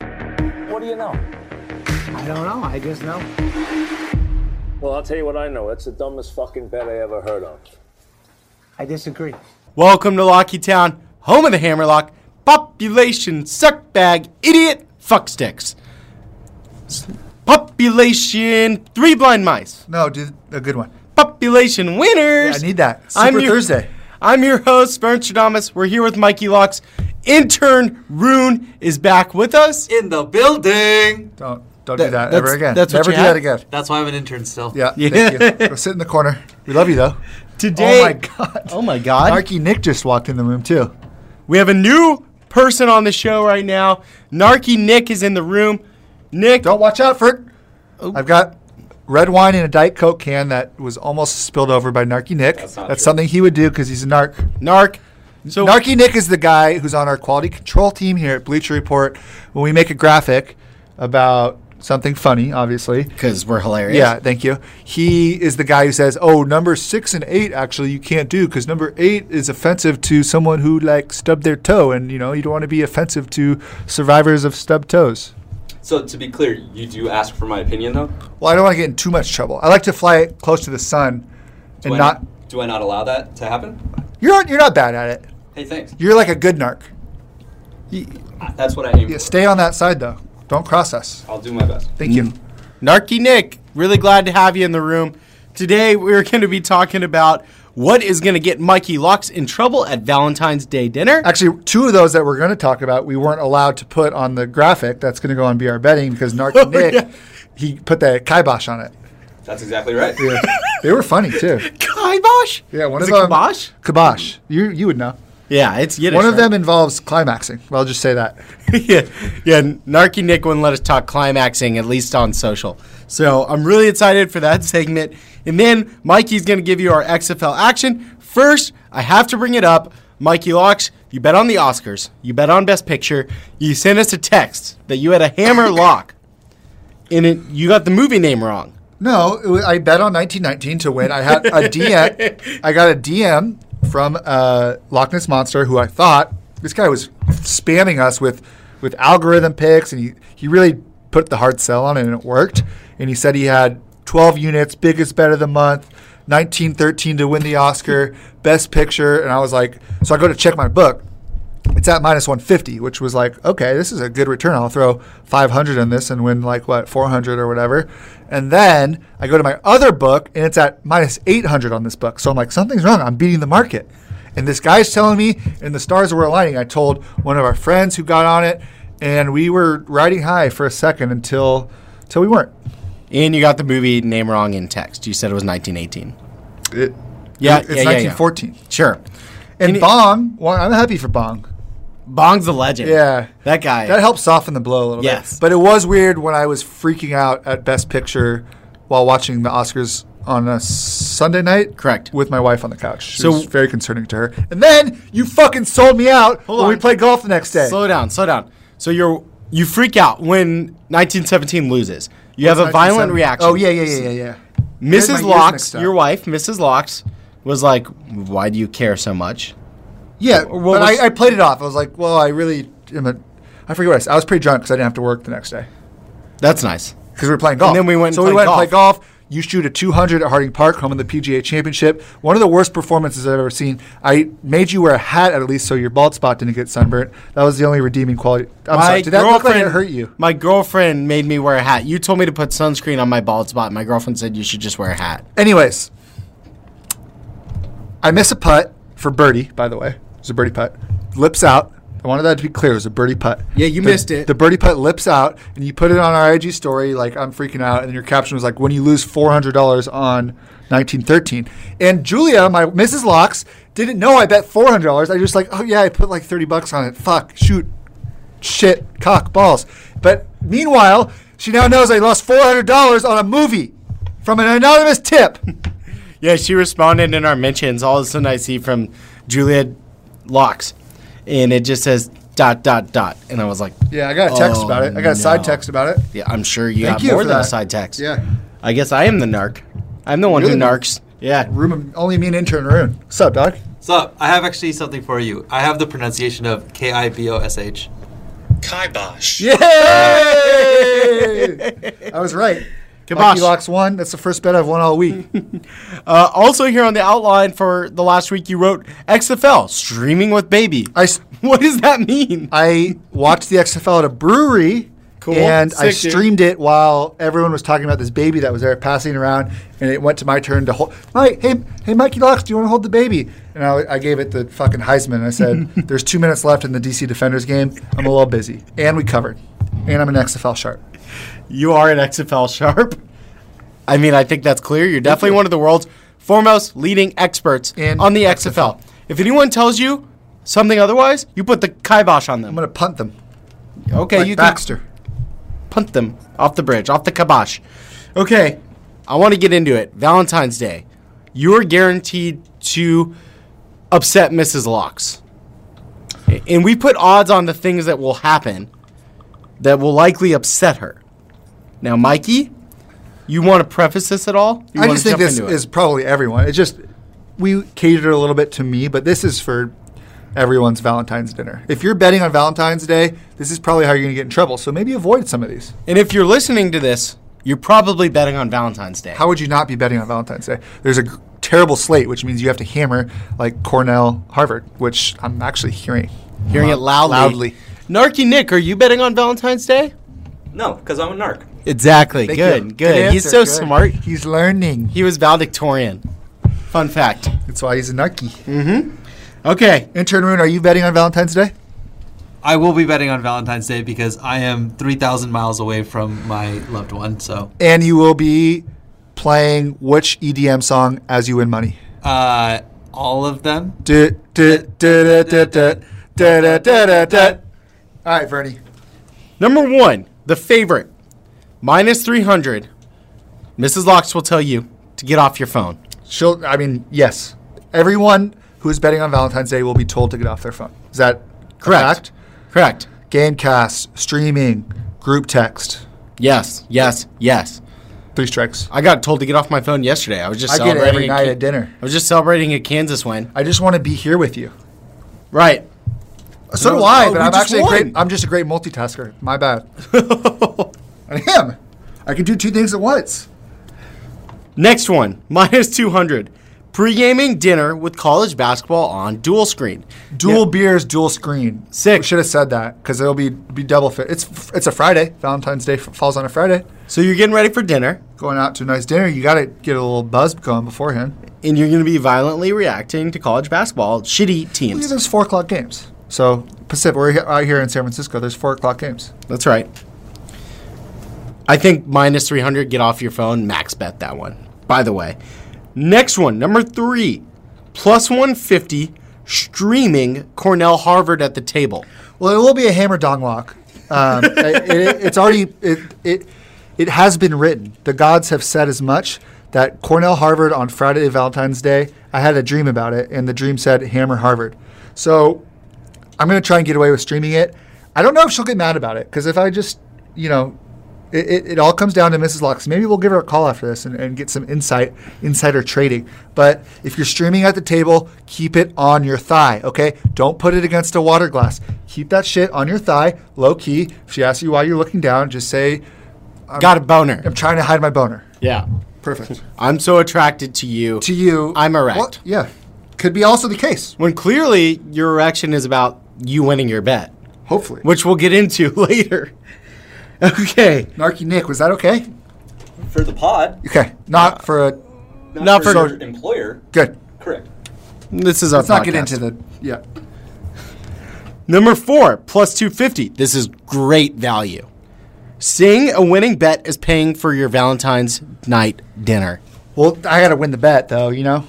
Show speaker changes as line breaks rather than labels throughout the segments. What do you know?
I don't know. I just know.
Well, I'll tell you what I know. That's the dumbest fucking bet I ever heard of.
I disagree.
Welcome to Locky Town, home of the Hammerlock, population suckbag, idiot fucksticks. S- Population three blind mice.
No, do a good one.
Population winners.
I need that. Super
I'm your-
Thursday.
I'm your host, Bernd Stradamus. We're here with Mikey Locks. Intern Rune is back with us.
in the building.
Don't don't
That-
do that
that's-
ever again.
that's what
Never
you
do
had?
that again.
That's why I'm an intern still.
Yeah.
Yeah.
Thank you. Go sit in the corner. We love you though.
Today,
Oh my god.
Oh my God.
Arky Nick just walked in the room too.
We have a new person on the show right now. Narky Nick is in the room. Nick,
Don't watch out for it. I've got red wine in a Diet Coke can that was almost spilled over by Narky Nick. That's, something he would do because he's a narc.
Narc. So
Narky Nick is the guy who's on our quality control team here at Bleacher Report. When we make a graphic about something funny, obviously.
because we're hilarious.
Yeah, thank you. He is the guy who says, "Oh, number six and eight actually you can't do because number eight is offensive to someone who like stubbed their toe, and you know you don't want to be offensive to survivors of stubbed toes."
So to be clear, you do ask for my opinion though.
Well, I don't want to get in too much trouble. I like to fly it close to the sun,
Do
and
I
not
do I not allow that to happen?
you're not, you're not bad at it.
Hey, thanks.
You're like a good narc.
That's what I aim.
Yeah,
for.
stay on that side though. Don't cross us.
I'll do my best.
Thank you.
Mm. Narky Nick, really glad to have you in the room. Today we're going to be talking about what is going to get Mikey Locks in trouble at Valentine's Day dinner.
Actually, two of those that we're going to talk about, we weren't allowed to put on the graphic. That's going to go on BR betting because Narc
Oh,
Nick,
yeah.
he put the kibosh on it.
That's exactly right.
Yeah. they were funny too.
Kibosh?
Yeah, one
is
of
it
them.
kibosh?
Kibosh. You you would know.
Yeah, it's Yiddish.
one of
right?
them involves climaxing. Well, I'll just say that.
yeah, yeah. Narky Nick wouldn't let us talk climaxing, at least on social. So I'm really excited for that segment. And then Mikey's going to give you our XFL action. First, I have to bring it up. Mikey Locks, you bet on the Oscars. You bet on Best Picture. You sent us a text that you had a hammer lock, and it, you got the movie name wrong.
No, it wa- I bet on 1919 to win. I had a DM. I got a DM from uh, Loch Ness Monster, who I thought this guy was spamming us with with algorithm picks, and he he really put the hard sell on it, and it worked. And he said he had 12 units, biggest bet of the month. 1913 to win the Oscar, Best Picture, and I was like, so I go to check my book, it's at minus 150, which was like, okay, this is a good return. I'll throw 500 in this and win like what 400 or whatever. And then I go to my other book and it's at minus 800 on this book. So I'm like, something's wrong. I'm beating the market. And this guy's telling me, and the stars were aligning. I told one of our friends who got on it, and we were riding high for a second until, until we weren't.
And you got the movie name wrong in text. You said it was 1918.
It,
Yeah,
it's
yeah, yeah, yeah.
1914.
Sure.
And,
And-
Bong, well, I'm happy for Bong.
Bong's the legend.
Yeah.
That guy.
That helped soften the blow a little
Yes.
bit. But it was weird when I was freaking out at Best Picture while watching the Oscars on a Sunday night.
Correct.
With my wife on the couch. It
So-
was very concerning to her. And then you fucking sold me out when
on.
we played golf the next day.
Slow down, slow down. So you're you freak out when 1917 loses. You have a violent
1970.
reaction.
Oh, yeah, yeah, yeah, yeah, yeah. Get my
Mrs.
years
Locks,
mixed up.
your wife, Mrs. Locks, was like, "Why do you care so much?"
Yeah,
what
but
was-
I, I played it off. I was like, well, I really am a. I forget what I said. I was pretty drunk because I didn't have to work the next day.
That's nice.
because we were playing golf.
then we went and
So we
played
went
golf.
and played golf. You shoot a 200 at Harding Park, home of the PGA Championship. One of the worst performances I've ever seen. I made you wear a hat at least so your bald spot didn't get sunburnt. That was the only redeeming quality. I'm sorry. Did that look like it hurt you?
My girlfriend made me wear a hat. You told me to put sunscreen on my bald spot. My girlfriend said you should just wear a hat.
Anyways, I miss a putt for birdie. By the way, it was a birdie putt. Lips out. I wanted that to be clear. It was a birdie putt.
Yeah, you
The-
missed it.
The birdie putt lips out, and you put it on our IG story. Like I'm freaking out, and your caption was like, "When you lose four hundred dollars on 1913." And Julia, my Mrs. Locks, didn't know I bet four hundred dollars. I just like, oh yeah, I put like thirty bucks on it. Fuck, shoot, shit, cock balls. But meanwhile, she now knows I lost four hundred dollars on a movie from an anonymous tip.
Yeah, she responded in our mentions. All of a sudden, I see from Julia Locks, and it just says dot dot dot, and I was like,
Yeah, I got a text
Oh,
about it. I got a side
no.
text about it.
Yeah, I'm sure you
Thank
got
you
more
for
than a
that.
side text.
Yeah.
I guess I am the narc. I'm the one
You're
who
the narc.
narcs. Yeah.
Room only mean intern Rune. What's up, dog?
So I have actually something for you. I have the pronunciation of K I B O S H.
Kibosh.
Yay! I was right. Lucky
Kibosh.
Locks won. That's the first bet I've won all week.
Uh, also here on the outline for the last week, you wrote XFL streaming with baby.
I, s-
what does that mean?
I watched the XFL at a brewery.
Cool.
And I
Sick, dude.
streamed it while everyone was talking about this baby that was there passing around, and it went to my turn to hold. Right, hey, hey, Mikey Locks, do you want to hold the baby? And I, I gave it the fucking Heisman. And I said, "There's two minutes left in the DC Defenders game. I'm a little busy, and we covered, and I'm an XFL sharp."
You are an XFL sharp. I mean, I think that's clear. You're definitely one of the world's foremost leading experts
In
on the XFL. If anyone tells you something otherwise, you put the kibosh on them.
I'm gonna punt them.
okay,
like
you
Baxter.
can punt them off the bridge, off the kibosh. Okay, I want to get into it. Valentine's Day. You're guaranteed to upset Mrs. Locks. A- And we put odds on the things that will happen that will likely upset her. Now, Mikey, you want to preface this at all? You
I
wanna
just think
jump
this
into it?
is probably everyone. It's just we catered a little bit to me, but this is for everyone's Valentine's dinner. If you're betting on Valentine's Day, this is probably how you're gonna get in trouble. So maybe avoid some of these.
And if you're listening to this, you're probably betting on Valentine's Day.
How would you not be betting on Valentine's Day? There's a g- terrible slate, which means you have to hammer like Cornell, Harvard, which I'm actually hearing.
Hearing it loudly.
Loudly.
Narky Nick, are you betting on Valentine's Day?
No, because I'm a narc.
Exactly.
Thank
good.
you.
Good. He's so
answer, good.
smart.
He's learning.
He was valedictorian. Fun fact.
That's why he's a narky.
Okay.
Intern Rune, are you betting on Valentine's Day?
I will be betting on Valentine's Day because I am 3,000 miles away from my loved one. So
And you will be playing which EDM song as you win money?
uh, all of them.
Du- du- du- du- du- du- du- du- du- du- du. All right, Vernie.
Number one, the favorite, minus 300. Mrs. Locks will tell you to get off your phone.
She'll. I mean, yes. Everyone who is betting on Valentine's Day will be told to get off their phone. Is that correct?
Correct.
Gamecast, streaming, group text.
Yes. Yes. Yes.
Three strikes.
I got told to get off my phone yesterday. I was just
I get it
celebrating
every
a
night
Ki-
at dinner.
I was just celebrating a Kansas win.
I just want to be here with you.
Right.
So
No,
do I,
oh, we
but I'm
just
actually a
won.
great. I'm just a great multitasker. My bad. I am. I can do two things at once.
Next one, minus 200. Pre-gaming dinner with college basketball on dual screen.
Dual beers, dual screen.
Sick.
We should have said that because it'll be be double fit. It's it's a Friday. Valentine's Day f- falls on a Friday.
So you're getting ready for dinner,
Going out to a nice dinner, you got to get a little buzz going beforehand.
and you're going to be violently reacting to college basketball shitty
Look at
teams.
those four o'clock games. So Pacific, we're he- out here in San Francisco. There's four o'clock games.
That's right. I think minus 300, get off your phone, max bet that one. By the way, next one, number three, plus 150, streaming Cornell Harvard at the table.
Well, it will be a hammer dong walk. Um, it, it- it's already it, it it has been written. The gods have said as much that Cornell Harvard on Friday Valentine's Day. I had a dream about it, and the dream said hammer Harvard. So I'm gonna try and get away with streaming it. I don't know if she'll get mad about it because if I just you know. It, it, it all comes down to Mrs. Lux. Maybe we'll give her a call after this and, and get some insight, insider trading. But if you're streaming at the table, keep it on your thigh, okay? Don't put it against a water glass. Keep that shit on your thigh, low key. If she asks you why you're looking down, just say,
Got a boner.
I'm trying to hide my boner.
Yeah.
Perfect.
I'm so attracted to you.
to you.
I'm erect.
Well, yeah. Could be also the case,
When clearly your erection is about you winning your bet,
hopefully.
which we'll get into later. Okay.
Narky Nick, was that okay?
For the pod,
Okay. Not for a.
not,
Not
for,
for-
your employer.
Good.
Correct.
This is our
Let's not get
podcast.
into the. Yeah.
Number four, plus 250. This is great value. Seeing a winning bet is paying for your Valentine's night dinner.
Well, I got to win the bet, though, you know?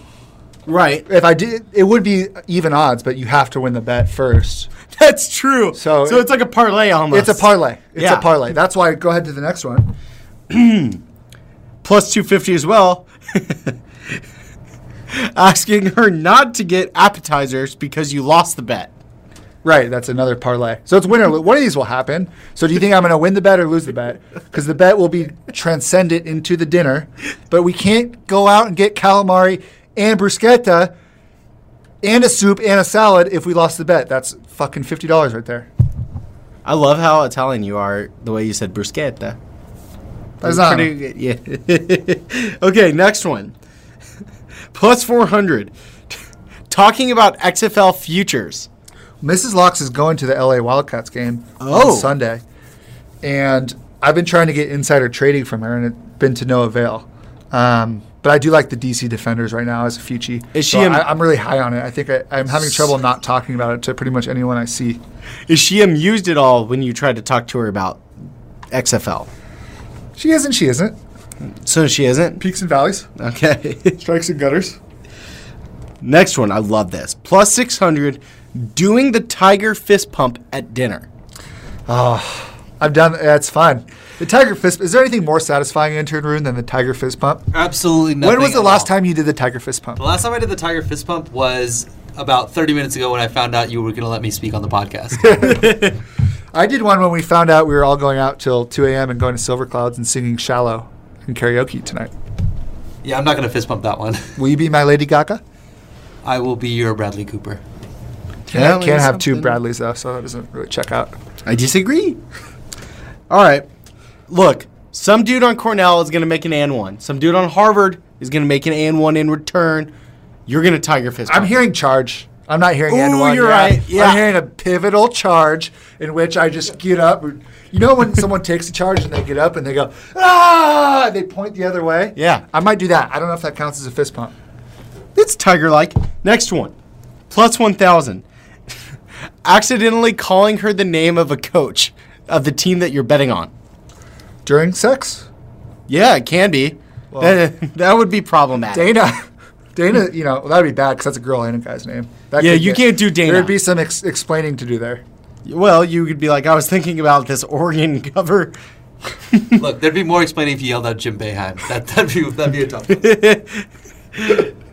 Right.
If I did, it would be even odds, but you have to win the bet first.
That's true. So,
So
so
it-
it's like a parlay almost.
It's a parlay. It's
Yeah.
a parlay. That's why. Go ahead to the next one.
Plus 250 as well. Asking her not to get appetizers because you lost the bet.
Right, that's another parlay. So it's win or lose. One of these will happen. So do you think I'm going to win the bet or lose the bet? Because the bet will be transcendent into the dinner, but we can't go out and get calamari and bruschetta and a soup and a salad if we lost the bet. That's fucking fifty dollars right there.
I love how Italian you are. The way you said bruschetta.
Paisano.
Pretty good, Yeah. okay, next one. Plus four hundred. Talking about XFL futures.
Mrs. Locks is going to the LA Wildcats game
Oh.
on Sunday, and I've been trying to get insider trading from her, and it's been to no avail. Um, but I do like the DC Defenders right now as a future.
Is she
So
in-
I, I'm really high on it. I think I, I'm having trouble not talking about it to pretty much anyone I see.
Is she amused at all when you tried to talk to her about XFL?
She isn't. She isn't.
So she isn't.
Peaks and valleys,
Okay.
strikes and gutters.
Next one, I love this. Plus 600, doing the tiger fist pump at dinner.
I've done. That's fine. The tiger fist. Is there anything more satisfying intern rune than the tiger fist pump?
Absolutely nothing.
When was the
at
last
all.
time you did the tiger fist pump?
The last time I did the Tiger Fist Pump was about 30 minutes ago when I found out you were going to let me speak on the podcast.
I did one when we found out we were all going out till 2 a.m. and going to Silver Clouds and singing "Shallow" in karaoke tonight.
yeah, I'm not going to fist pump that one.
Will you be my Lady Gaga?
I will be your Bradley Cooper.
Yeah, I can't have two
something.
Bradleys though, so that doesn't really check out.
I disagree. All right. Look, some dude on Cornell is going to make an and one. Some dude on Harvard is going to make an and one in return. You're going to tiger fist
I'm
pump.
hearing charge. I'm not hearing
Ooh,
end one.
you're right. Yeah.
I'm hearing a pivotal charge in which I just get up. You know when someone takes a charge and they get up and they go ah, and they point the other way.
Yeah.
I might do that. I don't know if that counts as a fist pump.
It's tiger like. Next one. Plus 1,000. Accidentally calling her the name of a coach of the team that you're betting on.
During sex,
Yeah, it can be. that, that would be problematic.
Dana. Dana, you know that would be bad because that's a girl and a guy's name. That
Yeah,
could
you
get-
can't do Dana.
There'd be some ex- explaining to do there.
Well, you could be like, I was thinking about this Oregon cover.
Look, there'd be more explaining if you yelled out Jim Beheim. That, that'd, be, that'd be a tough one.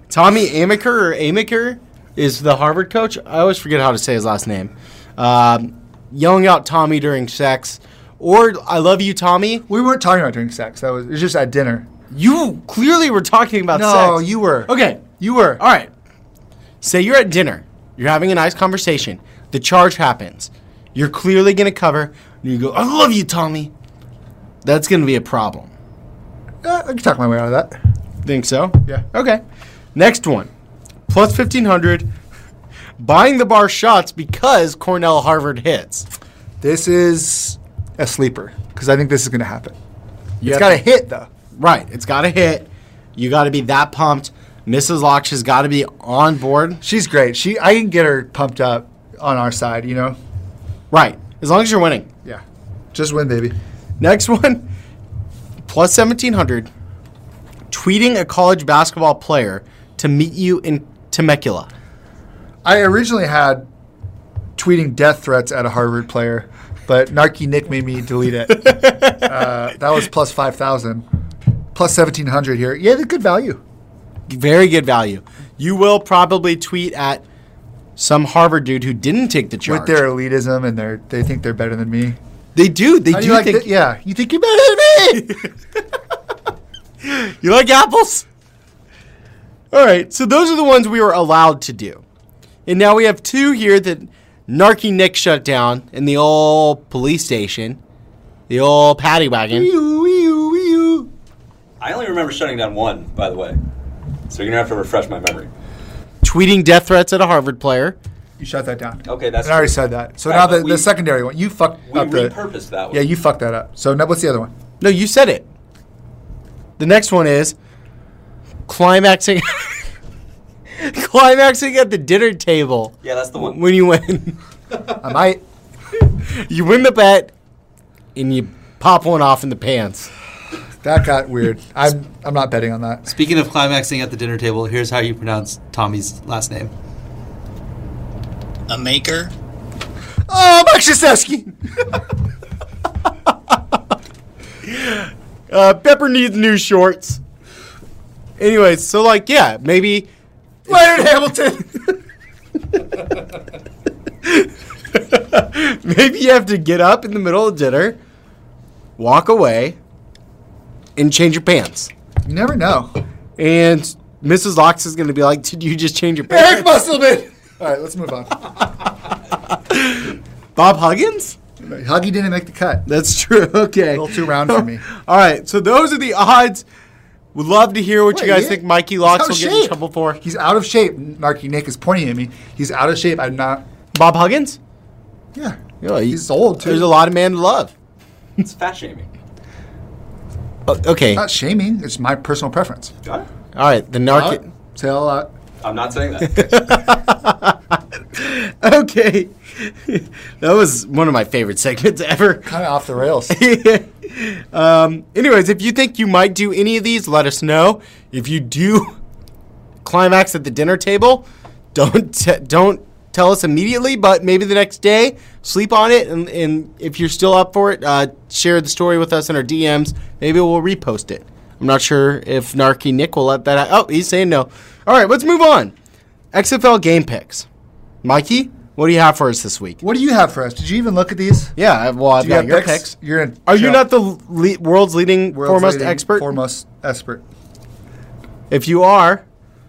Tommy Amaker or Amaker is the Harvard coach. I always forget how to say his last name. Um, yelling out Tommy during sex, or I love you, Tommy.
We weren't talking about during sex. That was it was just at dinner.
You clearly were talking about
No,
sex.
you were.
Okay.
you were.
All right. Say you're at dinner. You're having a nice conversation. The charge happens. You're clearly going to cover. And you go, I love you, Tommy. That's going to be a problem.
Uh, I can talk my way out of that.
Think so?
Yeah.
Okay. Next one. Plus 1500. Buying the bar shots because Cornell Harvard hits.
This is a sleeper because I think this is going to happen.
have
It's got to hit though.
Right. It's got to hit. You got to be that pumped. Mrs. Locke has got to be on board.
She's great. She I can get her pumped up on our side. You know.
Right. As long as you're winning.
Yeah. Just win, baby.
Next one. Plus 1700. Tweeting a college basketball player to meet you in Temecula.
I originally had tweeting death threats at a Harvard player, but Narky Nick made me delete it. uh, that was plus five thousand, plus seventeen hundred here. Yeah, they're good value.
Very good value. You will probably tweet at some Harvard dude who didn't take the charge.
with their elitism and their they think they're better than me.
They do. They
How
do
do you like
think.
thi- yeah, you think you're better than me?
You like apples? All right. So those are the ones we were allowed to do, and now we have two here that Narky Nick shut down in the old police station, the old paddy wagon.
I only remember shutting down one, by the way. So you're gonna have to refresh my memory.
Tweeting death threats at a Harvard player.
you shut that down.
Okay, that's.
And I already
true.
said that. So
Right,
now
but
the,
we-
the secondary one, you fucked
We
up the.
repurposed that one.
Yeah, you fucked that up. So now what's the other one?
No, you said it. The next one is climaxing, climaxing at the dinner table
Yeah, that's the one.
when you win.
I might.
you win the bet, and you pop one off in the pants.
That got weird. I'm I'm not betting on that.
Speaking of climaxing at the dinner table, here's how you pronounce Tommy's last name.
A maker?
Oh, Mike Krzyzewski.
Uh, Pepper needs new shorts. Anyways, so like, yeah, maybe
Leonard Hamilton.
maybe you have to get up in the middle of dinner, walk away, and change your pants.
you never know.
And Mrs. Locks is gonna be like, "Did you just change your pants?"
Eric Musselman. All right, let's move on.
Bob Huggins?
Huggy didn't make the cut.
That's true. Okay.
A little too round for me.
All right. So those are the odds. Would love to hear what you
Wait,
guys
yeah.
think Mikey Locks
He's out
will
of
get in
shape.
trouble for.
He's out of shape. Narky Nick is pointing at me. He's out of shape. I'm not.
Bob Huggins?
Yeah.
Yeah, he-
he's old too.
There's a lot of man to love.
It's fat shaming.
O- Oh, okay. All
Not shaming. It's my personal preference.
Got it?
right. The
Uh,
narc.
tell. Uh,
I'm not saying that.
Okay. that was one of my favorite segments ever.
kind of off the rails.
um, anyways, if you think you might do any of these, let us know. If you do climax at the dinner table, don't t- don't tell us immediately, but maybe the next day, sleep on it, and, and if you're still up for it, uh, share the story with us in our DMs. Maybe we'll repost it. I'm not sure if Narky Nick will let that. Out. Oh, he's saying no. All right, let's move on. XFL game picks. Mikey, what do you have for us this week?
what do you have for us? Did you even look at these?
Yeah, I- well, I've
Do you
got
have
your
picks?
picks.
You're in,
Are you not the le- world's leading foremost expert?
Foremost expert.
If you are,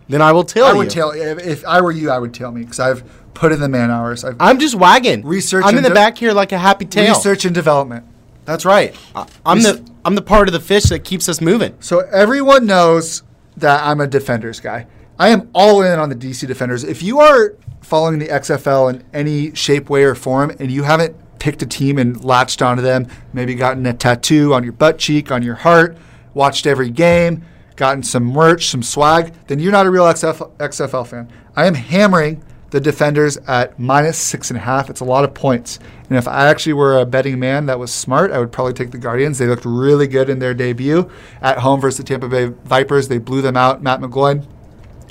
then I will tell
I
you.
would tell if, if I were you, I would tell me because I've put in the man hours. I've
I'm just wagging.
Research
I'm in
and
the
de-
back here like a happy tail.
research and development.
That's right. I, I'm
Res-
the I'm the part of the fish that keeps us moving.
So everyone knows that I'm a defenders guy. I am all in on the DC defenders. If you are following the XFL in any shape, way, or form, and you haven't picked a team and latched onto them, maybe gotten a tattoo on your butt cheek, on your heart, watched every game, gotten some merch, some swag, then you're not a real XFL, XFL fan. I am hammering the defenders at minus six and a half. It's a lot of points. And if I actually were a betting man that was smart, I would probably take the Guardians. They looked really good in their debut at home versus the Tampa Bay Vipers. They blew them out. Matt McGloin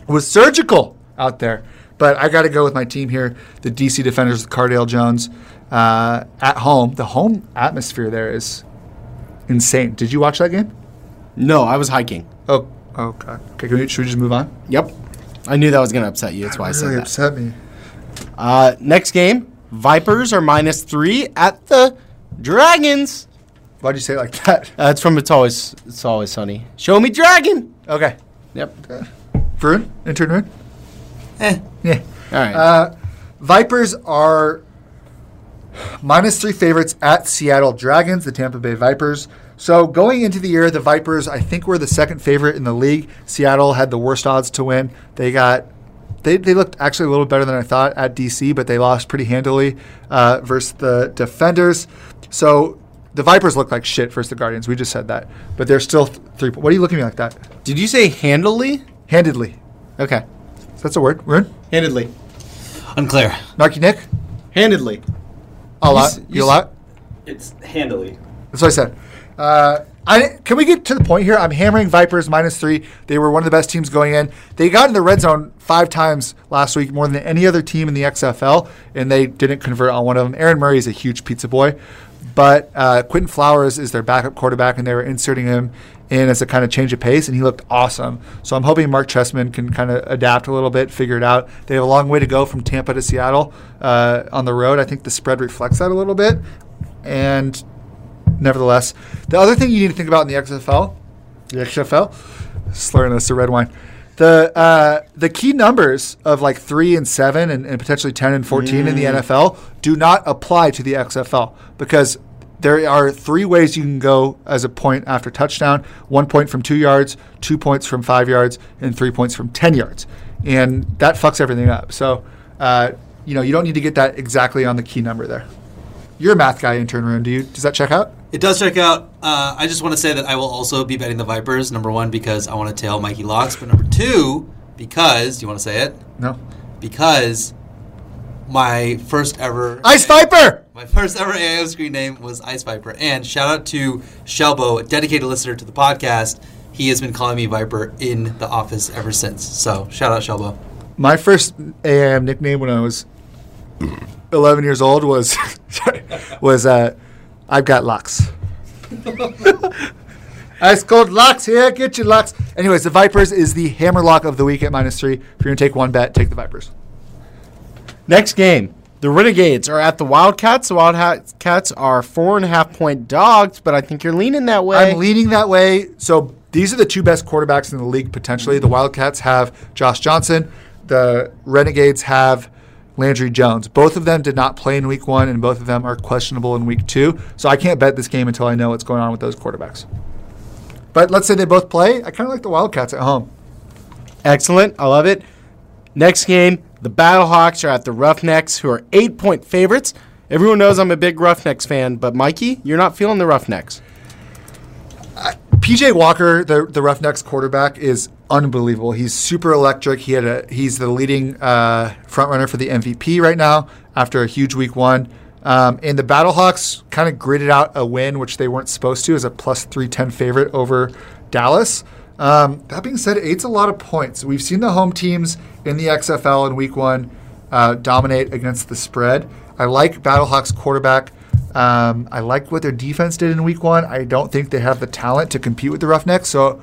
was surgical out there. But I got to go with my team here, the DC Defenders with Cardale Jones uh, at home. The home atmosphere there is insane. Did you watch that game?
No, I was hiking.
Oh, okay. Okay, can we, should we just move on?
Yep. I knew that was going to upset you. That's why I said
really
that.
upset me.
Uh, next game, Vipers are minus three at the Dragons.
Why'd you say it like that?
Uh, it's from It's Always It's Always Sunny. Show me Dragon.
Okay.
Yep. All
Varun? Intern Varun?
Eh.
Yeah.
right.
Vipers are minus three favorites at Seattle Dragons, the Tampa Bay Vipers. So going into the year, the Vipers, I think, were the second favorite in the league. Seattle had the worst odds to win. They got. They, they looked actually a little better than I thought at DC, but they lost pretty handily uh, versus the Defenders. So the Vipers look like shit versus the Guardians. We just said that, but they're still th- three. What are you looking at me like that?
Did you say handily?
Handedly,
Okay.
that's a word. Rune,
Handedly.
Unclear.
Narky Nick,
Handedly.
a
s-
lot.
you
You a
s-
lot.
it's handily.
That's what I said. Uh, I, can we get to the point here? I'm hammering Vipers minus three. They were one of the best teams going in. They got in the red zone five times last week, more than any other team in the XFL, and they didn't convert on one of them. Aaron Murray is a huge pizza boy, but uh, Quentin Flowers is their backup quarterback, and they were inserting him in as a kind of change of pace, and he looked awesome. So I'm hoping Mark Tressman can kind of adapt a little bit, figure it out. They have a long way to go from Tampa to Seattle uh, on the road. I think the spread reflects that a little bit, and nevertheless. The other thing you need to think about in the XFL, the XFL, slurring this to red wine. The uh, the key numbers of like three and seven and, and potentially ten and fourteen in the NFL do not apply to the XFL because there are three ways you can go as a point after touchdown: one point from two yards, two points from five yards, and three points from ten yards, and that fucks everything up. So, uh, you know, you don't need to get that exactly on the key number there. You're a math guy, intern room. Do you? Does that check out?
It does check out. Uh, I just want to say that I will also be betting the Vipers. Number one, because I want to tail Mikey Locks. But number two, because, do you want to say it?
No.
Because my first ever.
Ice Viper!
My first ever AO screen name was Ice Viper. And shout out to Shelbo, a dedicated listener to the podcast. He has been calling me Viper in the office ever since. So shout out Shelbo.
My first AIM nickname when I was 11 years old was was uh, I've got locks. Ice cold locks here, get your locks. Anyways, the Vipers is the hammer lock of the week at minus three. If you're gonna take one bet, take the Vipers.
Next game, the Renegades are at the Wildcats. The Wildcats are four and a half point dogs, but I think you're leaning that way.
I'm leaning that way. So these are the two best quarterbacks in the league potentially. The Wildcats have Josh Johnson. The Renegades have Landry Jones. Both of them did not play in week one, and both of them are questionable in week two. So I can't bet this game until I know what's going on with those quarterbacks. But let's say they both play. I kind of like the Wildcats at home.
Excellent. I love it. Next game, the Battlehawks are at the Roughnecks, who are eight point favorites. Everyone knows I'm a big Roughnecks fan, but Mikey, you're not feeling the Roughnecks.
PJ Walker, the the Roughnecks quarterback, is unbelievable. He's super electric. He had a he's the leading uh, front runner for the MVP right now after a huge week one. Um, and the Battlehawks kind of gritted out a win, which they weren't supposed to, as a plus three ten favorite over Dallas. Um, that being said, eight's a lot of points. We've seen the home teams in the XFL in Week One uh, dominate against the spread. I like Battlehawks quarterback. Um, I like what their defense did in week one. I don't think they have the talent to compete with the Roughnecks. So,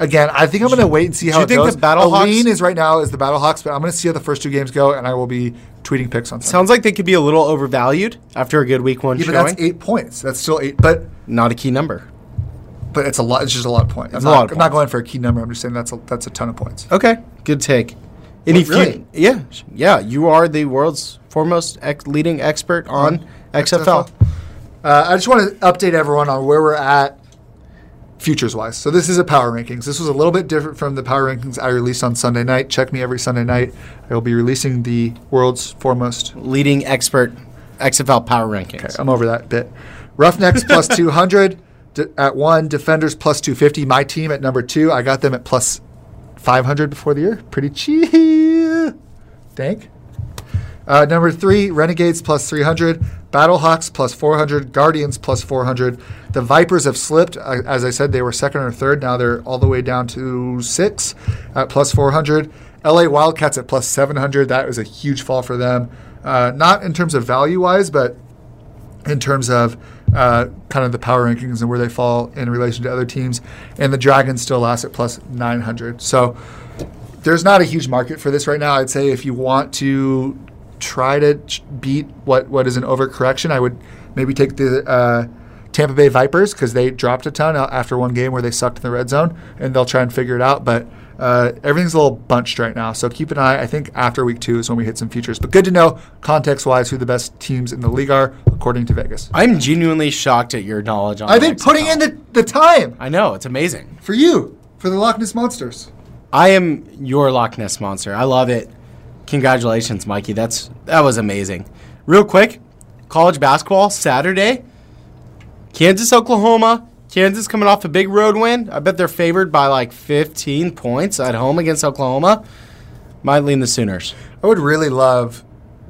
again, I think I'm going to wait and see how
you
it
think
goes.
the Battlehawks-
A lean is right now is the Battlehawks, but I'm going to see how the first two games go, and I will be tweeting picks on Sunday.
Sounds like they could be a little overvalued after a good week one
yeah, but
showing.
that's eight points. That's still eight, but
Not a key number.
but it's a lot. It's just a lot of points. I'm,
a
not,
lot of
I'm not
points.
going for a key number. I'm just saying that's a, that's a ton of points.
Okay, good take. Any
Wait,
fut-
really?
yeah, sh- yeah. You are the world's foremost ex- leading expert on XFL.
Uh, I just want to update everyone on where we're at futures wise. So this is a power rankings. This was a little bit different from the power rankings I released on Sunday night. Check me every Sunday night. I will be releasing the world's foremost.
Leading expert XFL power rankings.
I'm over that bit. Roughnecks plus 200 d- at one. Defenders plus 250. My team at number two. I got them at plus 500 before the year. Pretty cheap. Thank. Uh, number three, Renegades plus 300, Battlehawks plus 400, Guardians plus 400. The Vipers have slipped. Uh, as I said, they were second or third. Now they're all the way down to six at plus 400. LA Wildcats at plus 700. That was a huge fall for them. Uh, not in terms of value wise, but in terms of uh, kind of the power rankings and where they fall in relation to other teams. And the Dragons still last at plus 900. So there's not a huge market for this right now. I'd say if you want to try to ch- beat what, what is an overcorrection, I would maybe take the uh, Tampa Bay Vipers because they dropped a ton a- after one game where they sucked in the red zone, and they'll try and figure it out. But uh, everything's a little bunched right now, so keep an eye. I think after week two is when we hit some futures. But good to know context-wise who the best teams in the league are according to Vegas.
I'm genuinely shocked at your knowledge on.
I've been
XFL.
putting in the, the time
I know it's amazing.
for you for the Loch Ness Monsters.
I am your Loch Ness monster. I love it. Congratulations, Mikey. That's that was amazing. Real quick, college basketball Saturday. Kansas, Oklahoma. Kansas coming off a big road win. I bet they're favored by like 15 points at home against Oklahoma. Might lean the Sooners.
I would really love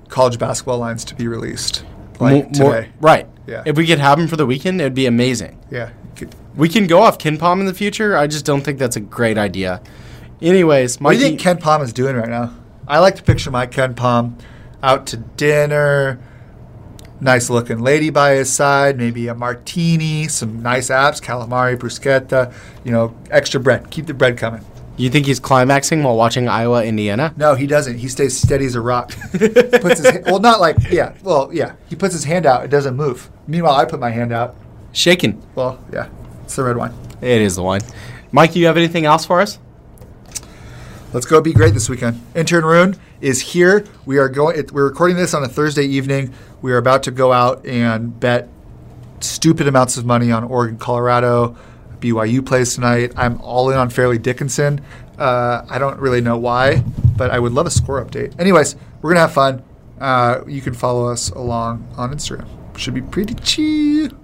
college basketball lines to be released like
Mo- more-
today.
right.
Yeah.
If we could have them for the weekend, it would be amazing.
Yeah. Could-
We can go off Ken Palm in the future. I just don't think that's a great idea. Anyways,
What
Mikey.
do you think Ken Palm is doing right now? I like to picture my Ken Palm out to dinner, nice looking lady by his side, maybe a martini, some nice apps, calamari, bruschetta, you know, extra bread. Keep the bread coming.
you think he's climaxing while watching Iowa, Indiana?
No, he doesn't. He stays steady as a rock. puts his hand, well, not like yeah. Well, yeah. He puts his hand out. It doesn't move. Meanwhile, I put my hand out.
Shaking.
Well, yeah. It's the red wine.
It is the one. Mike, you have anything else for us?
Let's go be great this weekend. Intern Rune is here. We are going. It, we're recording this on a Thursday evening. We are about to go out and bet stupid amounts of money on Oregon, Colorado. BYU plays tonight. I'm all in on Fairleigh Dickinson. Uh, I don't really know why, but I would love a score update. Anyways, we're gonna have fun. Uh, you can follow us along on Instagram. Should be pretty cheap.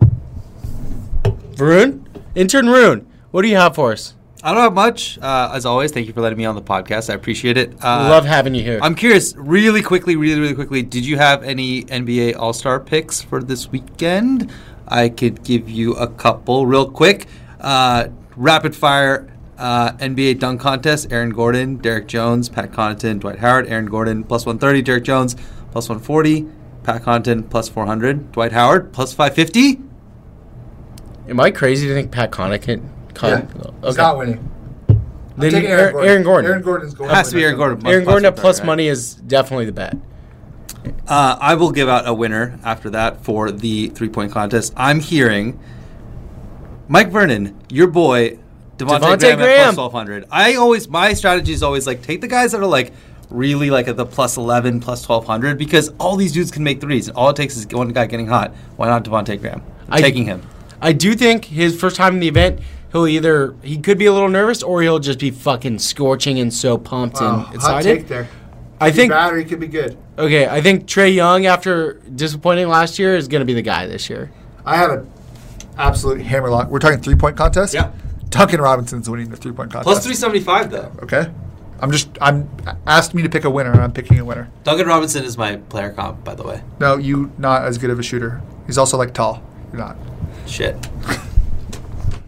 Varun? Intern Varun, what do you have for us?
I don't have much. Uh, as always, thank you for letting me on the podcast. I appreciate it. Uh,
Love having you here.
I'm curious, really quickly, really, really quickly. Did you have any NBA All Star picks for this weekend? I could give you a couple real quick. Uh, rapid fire uh, NBA dunk contest: Aaron Gordon, Derek Jones, Pat Connaughton, Dwight Howard. Aaron Gordon plus 130, Derek Jones plus 140, Pat Connaughton plus 400, Dwight Howard plus 550.
Am I crazy to think Pat Connaughton? Con-
Yeah, he's not winning.
Then
Take
Aaron, Aaron Gordon.
Aaron Gordon's going.
Has to be Aaron Gordon.
Aaron Gordon at plus
130, right?
money is definitely the bet.
Uh, I will give out a winner after that for the three point contest. I'm hearing Mike Vernon, your boy, Devontae,
Devontae
Graham, at
Graham.
plus 1200. I always, my strategy is always like take the guys that are like really like at the plus 11, plus 1200 because all these dudes can make threes. And all it takes is one guy getting hot. Why not Devontae Graham?
I-
taking him.
I do think his first time in the event, he'll either he could be a little nervous or he'll just be fucking scorching and so pumped
Oh,
and
hot
excited.
take there.
I think
battery could be good.
okay. I think Trey Young, after disappointing last year, is going to be the guy this year.
I have an absolute hammerlock. We're talking three point contest.
Yeah.
Duncan Robinson's winning the three point contest.
Plus 375, though.
Okay. I'm just I'm asked me to pick a winner. and I'm picking a winner.
Duncan Robinson is my player comp, by the way.
No, you not as good of a shooter. He's also like tall. You're not.
Shit.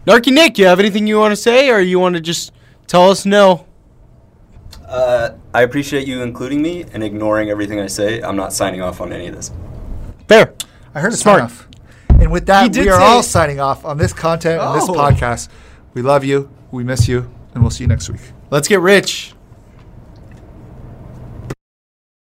Narky Nick, you have anything you want to say, or you want to just tell us no?
Uh, I appreciate you including me and ignoring everything I say. I'm not signing off on any of this.
Fair.
I heard it's
Smart.
enough. And with
He
that,
did
we are
say-
all signing off on this content and this
Oh.
podcast. We love you. We miss you, and we'll see you next week.
Let's get rich.